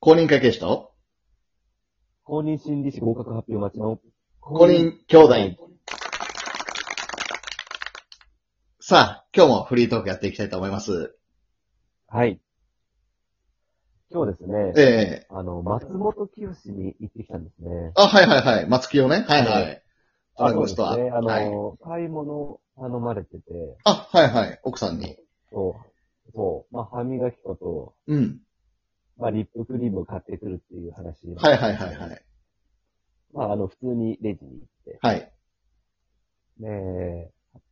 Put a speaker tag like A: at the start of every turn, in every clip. A: 公認会計士と、
B: 公認心理師合格発表待ちの
A: 公認兄弟。さあ、今日もフリートークやっていきたいと思います。
B: はい。今日ですね、
A: ええ
B: あの、松本清に行ってきたんですね。
A: あ、はいはいはい。松木をね。はいは。
B: はい
A: あそうですね
B: そうですね。あ
A: はい
B: の、買い物頼まれてて、
A: あ、はいはい。奥さんに。
B: そう、そう、まあ、歯磨き粉と、
A: うん。
B: まあ、リップクリームを買ってくるっていう話。
A: はいはいはいはい。
B: まあ、あの、普通にレジに行って。
A: はい。
B: で、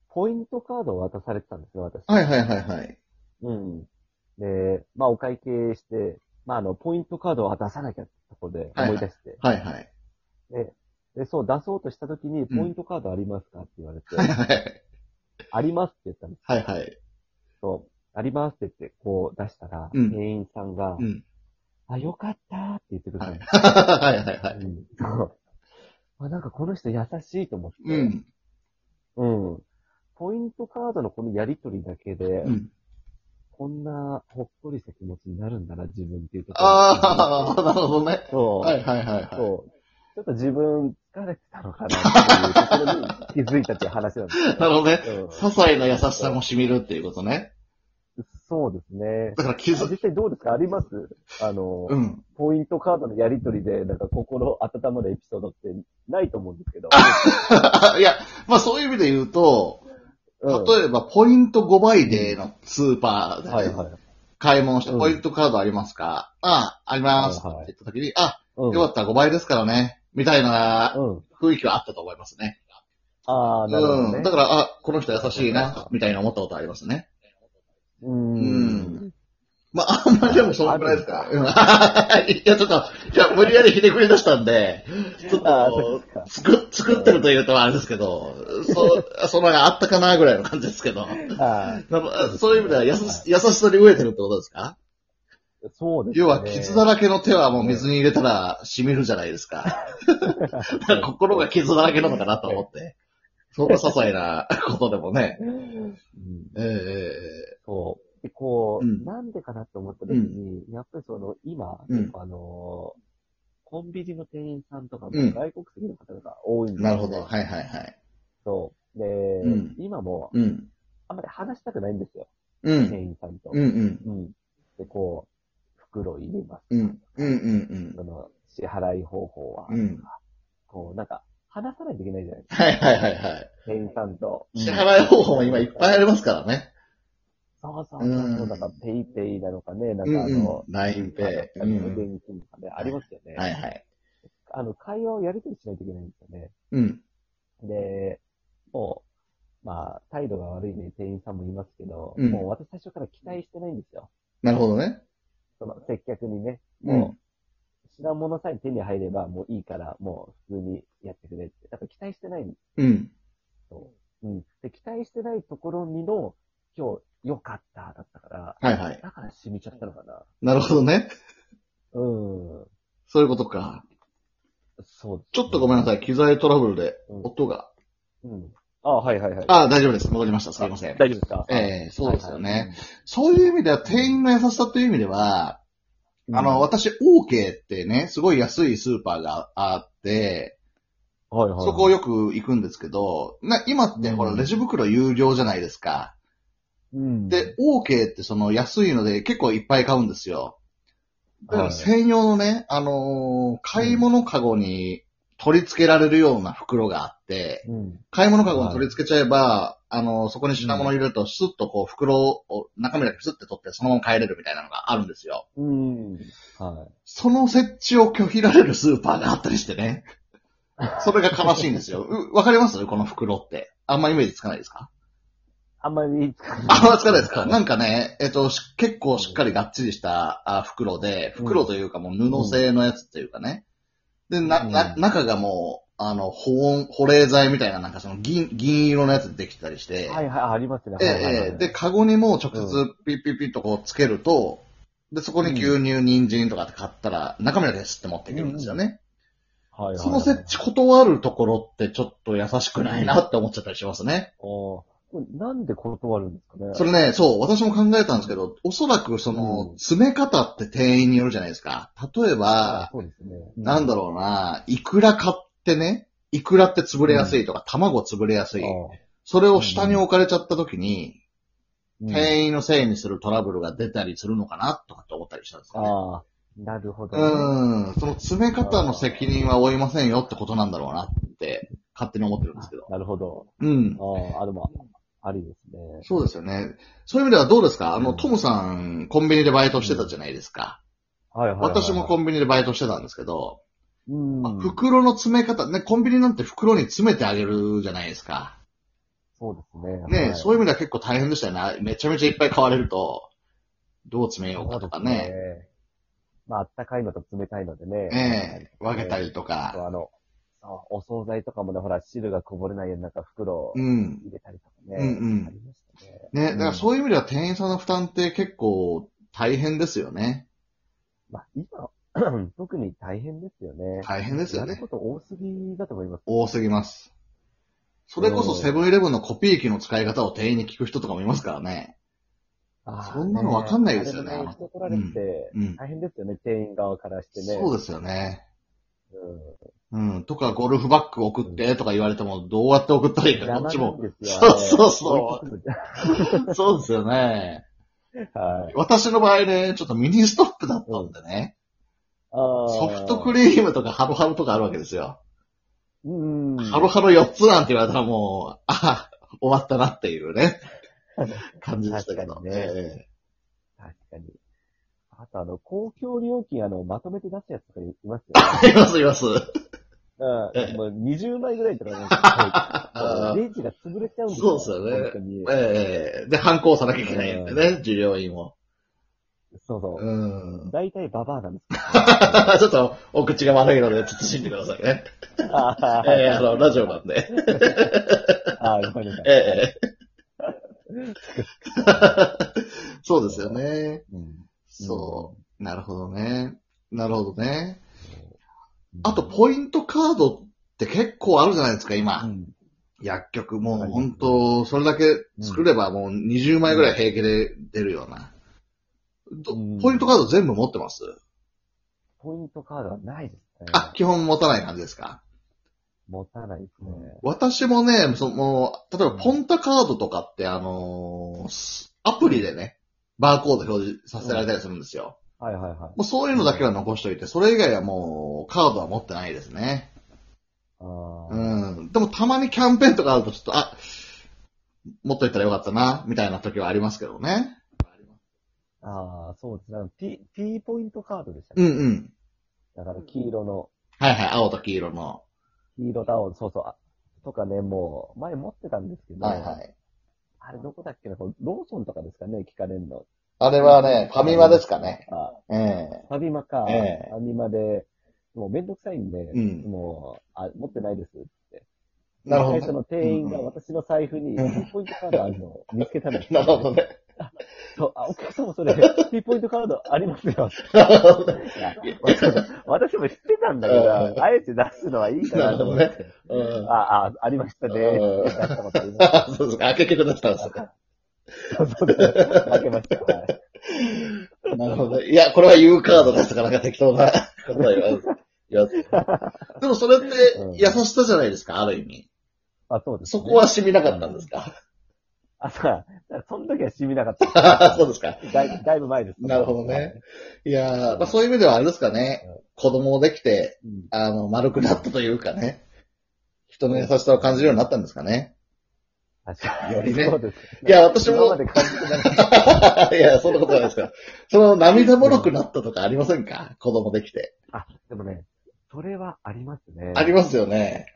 B: ポイントカードを渡されてたんですよ、私。
A: はいはいはいはい。
B: うん。で、まあ、お会計して、まあ、あの、ポイントカードを出さなきゃってとこで思い出して、
A: はいはい。
B: で、そう出そうとしたときに、ポイントカードありますかって言われて、
A: はいはい。
B: ありますって言ったんです
A: はいはい。
B: けど、ありますって言って、こう出したら、
A: うん
B: 店員さんが、
A: うん。
B: あ、よかったーって言ってくれた
A: は
B: ん
A: い。
B: です。
A: はいはいはい。
B: うん そうあなんかこの人優しいと思って、
A: うん。
B: うん。ポイントカードのこのやりとりだけで、
A: うん。
B: こんなほっこりした気持ちになるんだな、自分っていうところ。
A: ああ、なるほどね。
B: そう。
A: はいはいはいは
B: そう。ちょっと自分疲れてたのかなっていうとこ ろに気づいたっていう話なんです
A: い。なるほどね。
B: よ。
A: 些細な優しさも染みるっていうことね。
B: うん、そうですね。
A: だから気づ、
B: 実際どうですかありますあの、
A: うん。
B: ポイントカードのやりとりで、なんか心温まるエピソードってないと思うんですけど。
A: いや、まあそういう意味で言うと、
B: うん
A: 例えばポイント5倍デーのスーパーで、
B: はいはい。
A: 買い物して
B: うん
A: ポイントカードありますか、ああ、ありますって
B: はいはい
A: 言った時に、あ、
B: うん。
A: よかった、5倍ですからね。みたいな
B: うん。
A: 雰囲気はあったと思いますね。
B: ああ、なるほど、ね。
A: うん。だから、あ、この人優しい
B: はいはいは
A: な、
B: い
A: みたいな思ったことありますね。
B: うーん。
A: まあ、あんまりでもそのくらいですか。うん いや、ちょっと、いや、無理やりひねくり出したんで、ちょっ
B: ああ、そう
A: と、
B: ですか。
A: 作、作ってるというとあれですけど、そう、そのあったかなぐらいの感じですけ ど。
B: あ
A: なるほどそういう意味では優し、優しさに飢えてるってことですか
B: あ、そうですね。
A: 要は、傷だらけの手はもう水に入れたら染みるじゃないですか。だから 心が傷だらけなのかなと思 って。そんな些細なことでもね。
B: うん
A: えええ
B: そう。で、こう、
A: うん
B: なんでかなって思った時に、やっぱりその、今、
A: うん
B: 結構あのーコンビニの店員さんとかも
A: うん
B: 外国籍の方が多い
A: え
B: んですよ、
A: なるほど。。はいはいはい。
B: そう。で、
A: うん
B: 今も、
A: うん。
B: あんまり話したくないんですよ。
A: うん。
B: 店員さんと。
A: うんうん。
B: うんで、こう、袋入れます。
A: うん。うんうん
B: その、支払い方法は、
A: うん。うん。
B: こう、なんか、話さないといけないじゃないですか。
A: はいはいはいはい。
B: 店員さんと。
A: 支払い方法も今いっぱいありますからね。
B: そうそうそう。
A: うん
B: なんか、ペイペイなのかね、な
A: うん
B: かあ
A: ん
B: の
A: うん。、ラインペイ。
B: あ
A: う
B: の、
A: ん。
B: 現金とかね、ありますよね。
A: はいはい。
B: あの、会話をやりとりしないといけないんですよね。
A: うん。
B: で、もう、まあ、態度が悪いね、店員さんもいますけど、
A: うん
B: もう私最初から期待してないんですよ。
A: なるほどね。
B: その接客にね、
A: うん。
B: もう、品物さえ手に入ればもういいから、もう普通にやってくれって。だから期待してないんです
A: うん。
B: よ。うん。で、期待してないところにの、今日、良かった、だったから、
A: はいはい。
B: だから染みちゃったのかな。
A: なるほどね。
B: うん。
A: そういうことか。
B: そうですね
A: ちょっとごめんなさい。。機材トラブルで
B: うん
A: 音が。
B: うん。あはいはいはい。
A: あ、大丈夫です。戻りました。すいません。
B: 大丈夫ですか
A: ええそうですよね、
B: はいはい
A: そういう意味では、店員の優しさという意味では、あの、私、OK ってね、すごい安いスーパーがあって、
B: はいはい、
A: そこをよく行くんですけど、な今ってほら、
B: うん
A: レジ袋有料じゃないですか。
B: うん、
A: で、OK ってその安いので結構いっぱい買うんですよ。だから
B: はい
A: 専用のね、あのー買い物カゴに取り付けられるような袋があって、
B: うん。
A: 買い物カゴに取り付けちゃえば、あの、そこに品物入れると、スッとこう、袋を中身だけスッて取って、そのまま帰れるみたいなのがあるんですよ。
B: うん。は
A: その設置を拒否られるスーパーがあったりして ね。それが悲しいんですよ。うわかりますこの袋って。あんまイメージつかないですか
B: い。あんまり使わない。
A: あんまつかないですか
B: は
A: ないんかね、えっと、し結構しっかりがっちりしたあ袋で、袋というかもう布製のやつっていうかね。で、な、な、
B: うん
A: 中がもう、あの、保温、保冷剤みたいな、なんかその銀、銀色のやつでできてたりして。
B: はい、ありますね。
A: ええ
B: はいはいはい
A: ええで、、カゴにもう直接ピッピッピッとこうつけると、で、そこに牛乳、人参とかって買ったら、中身だけ吸って持ってくるんですよね。
B: はいはいはい
A: その設置断るところってちょっと優しくないなって思っちゃったりしますね。
B: おーこれなんで断るんですかね。
A: それね、そう、私も考えたんですけど、おそらくその、
B: うん
A: 詰め方って店員によるじゃないですか。例えば、
B: そうですね。
A: なんだ
B: ろ
A: ろうな、いくら買ってね、いくらって潰れやすいとか、卵潰れやすい。それを下に置かれちゃった時に、店員のせいにするトラブルが出たりするのかなとかって思ったりしたんですよ、ね。
B: ああ、なるほど、
A: うん、その詰め方の責任は負いませんよってことなんだろうなって、勝手に思ってるんですけど。
B: なるほど。
A: うん。
B: ああ、あ、でも、ありですね。
A: そうですよね。そういう意味ではどうですかあ
B: う
A: の、
B: ん
A: トムさん、コンビニでバイトしてたじゃないですか。
B: はいはい、はい。
A: 私もコンビニでバイトしてたんですけど、
B: うん。
A: まあ袋の詰め方、ね、コンビニなんて袋に詰めてあげるじゃないですか。
B: そうですね。
A: ね、
B: はい
A: そういう意味では結構大変でしたよね。めちゃめちゃいっぱい買われると、どう詰めようかとか
B: そう
A: ね。
B: ですねまあ、あったかいのと冷たいのでね。
A: ね分けたりと
B: あ
A: か。
B: とあの、そうお惣菜とかもね、ほら、汁がこぼれないようになんか袋を
A: うん。
B: 入れたりとかね。
A: うんうん
B: ありましたね。
A: ね、だからそういう意味では店員さんの負担って結構大変ですよね。
B: まあ、今、 特に大変ですよね。
A: 大変ですよ
B: やる
A: ね。
B: こと多すぎだと思います。
A: 多すぎます。それこそ
B: うん
A: セブンイレブンのコピー機の使い方を店員に聞く人とかもいますからね。そんなのわかんないですよね
B: あれも人取られて、
A: うん。
B: 大変ですよね、店員側からしてね。
A: そうですよね。
B: す。
A: うん。とか、ゴルフバッグ送ってとか言われても、どうやって送ったらいいか、
B: 邪
A: こ
B: 魔
A: っち
B: なん
A: も。
B: です
A: そ
B: よ。
A: うそう
B: あ
A: そ
B: れ。
A: う。そうですよね。
B: はい。
A: 私の場合ね、ちょっとミニストップだったんでね。ソ
B: ソ
A: フトク
B: リ
A: リームとかハロハロとかあるわけですよ。
B: ーム。うん。
A: ハロハロ4つなんて言われたらもう、あ終わったなっていうね、感じでしたけど。
B: 確かにね
A: ええ
B: 確かに。あとあの、公共料金あの、まとめて出すやつとかいます
A: あります、います。
B: よね。
A: え
B: うん。もう20枚ぐら いとかなんかもうレジが潰れちゃうんですよ。
A: そうですよね
B: 本当に。
A: ええで、反抗さなきゃいけないんでね、従業員を。
B: そうそうう。
A: ん。
B: 大体ババアなんですけ
A: ちょっと、お口が悪いので、ちょっと慎んでください ね。
B: ど。あー
A: ええあの、ラジオなんで。
B: あー、ごめんなさい。
A: ええそうですよね。
B: うん
A: そう。なるほどね。なるほどね。
B: うん
A: あと、ポイントカードって結構あるじゃないですか、今。
B: うん
A: 薬局、もう
B: はい
A: 本当、それだけ作ればもう20枚ぐらい平気で出るような。ど
B: うん
A: ポイントカード全部持ってます
B: ポイントカードはないですね。
A: あ、基本持たない感じですか
B: 持たないですね。
A: 私もね、その、例えばポンタカードとかってあのーすアプリでね、バーコード表示させられたりするんですよ。
B: はいはいはい。
A: もうそういうのだけは残しといて、それ以外はもうカードは持ってないですね。
B: あー
A: うん。でもたまにキャンペーンとかあるとちょっと、あ、持っといたらよかったな、みたいな時はありますけどね。
B: あー、そうですね。P、P ポイントカードでした
A: うん
B: ね。
A: うん。
B: だから黄色の、
A: はいはい、青と黄色の。
B: 黄色と青、そうそうあ。とかね、もう、前持ってたんですけど、
A: はいはい。
B: あれどこだっけな、これローソンとかですかね、聞かれるの。
A: あれ
B: そ
A: はね、ファミマですかね。。
B: あ
A: ええ
B: ファミマか、
A: ええ
B: ファミマで、もうめんどくさいんで、
A: ん
B: もうあ、持ってないですって。
A: なるほど
B: 一回その店員が私の財布に、
A: うん
B: P ポイントカードあるのを見つけたんですよ
A: なるほどね。
B: そう、あ、お客 様それ、P ポイントカードありますよ。
A: なるほどね。
B: いや私も知ってたんだけ
A: うん
B: ど、あえて出すのはいいかなと思って。
A: うん。
B: あ、あ、ありましたね。
A: うん
B: 出したことありまし
A: あそうですか。あ結局出したんですか。
B: た。そうそう負けました。はい
A: なるほどね。いや、これは U カードですから、なんか適当なことを言わ言わずでもそれって
B: うん
A: 優しさじゃないですか、ある意味。
B: あ、そうです、
A: そこは、染みなかったんですか。
B: あ、そうだからその時は染みなかっ た。
A: そうですか。
B: だいだいぶ前です。
A: なるほどね。いやー、まあ、そういう意味ではあれですかね。子供できて、
B: うん。
A: あの、丸くなったというかね。人の優しさを感じるようになったんですかね。
B: 確かに。
A: よりね
B: そうです。
A: いや私も
B: 今まで感じてなかっ た。
A: いや、そんなことないですから。その涙もろくなったとかありませんか子供できて。
B: あ、でもね、それはありますね。
A: ありますよね。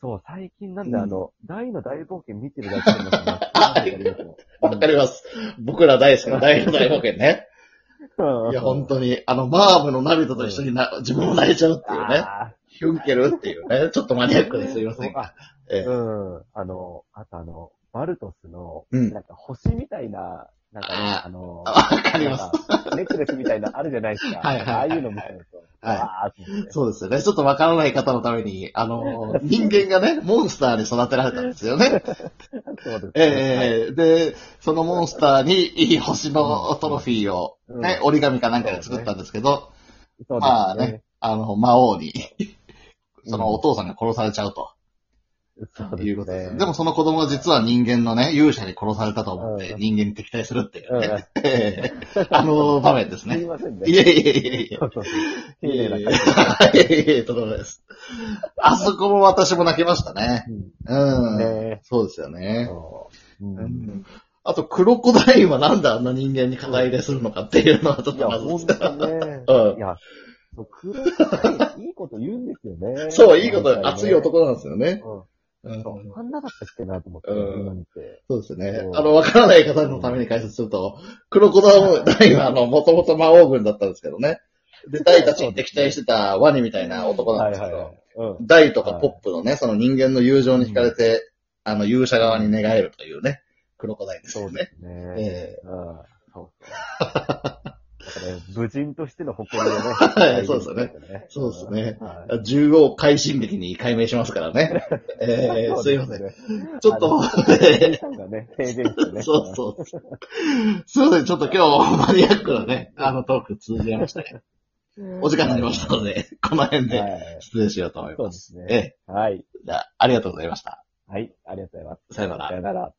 B: そう、最近なん
A: う
B: で、
A: ん
B: あの、大の大冒険見てるだけでもなんか
A: あ
B: ありますよ
A: わかります。僕ら大好きな大の大冒険ね。
B: うん
A: いや、本当に、あの、マームの涙と一緒にな、自分も泣いちゃうっていうね。
B: あ
A: ヒュンケルっていうね。ちょっとマニアックですいません
B: ーあ
A: か。ええ
B: うん。あの、あとあの、バルトスの、
A: うん
B: なんか星みたいな、なんかね、
A: あ
B: あの、
A: わかります。
B: なんかネックレスみたいな、あるじゃないですか。
A: はいはいはい
B: ああいうのみたいなと。
A: はい。
B: ああ、と思って。
A: そうですよね。ちょっとわからない方のために、あの、人間がね、モンスターに育てられたんですよね。
B: そうですね
A: ええで、そのモンスターにいい星のトロフィーを、
B: うん
A: ね、折り紙かなんかで作ったんですけど、
B: そうですね。
A: まあね、あの、魔王に、そのお父さんが殺されちゃうと
B: そう
A: い
B: で
A: うこと
B: す
A: です。
B: ね。
A: でも、その子供は実は人間のね、勇者に殺されたと思って
B: うん、
A: 人間に敵対するっていううんね、
B: す
A: ええあの場面 です
B: み
A: ね。
B: ませんね。
A: いえいえいえいえ。
B: そうそうそう。丁
A: いえいえ
B: 寧
A: いえ
B: な感
A: い
B: じ。
A: え、とんでもないです。あそこも私も泣きましたね。うん。
B: ね
A: そうですよね。
B: そう。う。
A: うんんあと、クロコダイルはなんであんな人間に肩入れするのかっていうのはちょっ
B: いや、
A: とまず
B: ほんとね。
A: うん
B: いや、そう、クローいいこと言うんですよね。
A: そう、いいこと、熱
B: 熱
A: い。男なんですよね。
B: うん。
A: うん
B: そうあんなだったっけなと思って、
A: うん
B: 今見て。
A: そうですよね
B: そ。う
A: あの、わからない方のために解説すると、クロコダイルはあの、もともと魔王軍だったんですけどね。で、ダイたちに敵対してたワニみたいな男なんですけど、。
B: うん。
A: ダイとかポップのね、その人間の友情に惹かれて、あの、勇者側に寝返るというね、クロコダイルです
B: そ
A: よ
B: う
A: ね
B: で。すね。
A: え
B: うんそうそう。だからね、武人としての誇りをね。
A: いそうですよねそうですね
B: はい。
A: え縦横快進撃に解明しますから ね。えー、すいません。
B: ん
A: ちょっと、
B: さんがね、提言してね。
A: そうそう。すいません、ちょっと今日マニアックなね、あのトーク通じましたね。お時間になりましたので、この辺で
B: はい。
A: 失礼しようと思い
B: そう
A: ま。
B: ですすね。
A: ええ、
B: はい。
A: じゃあ、ありがとうございました。
B: はい。ありがとうございます。
A: さよなら
B: さ。よなら。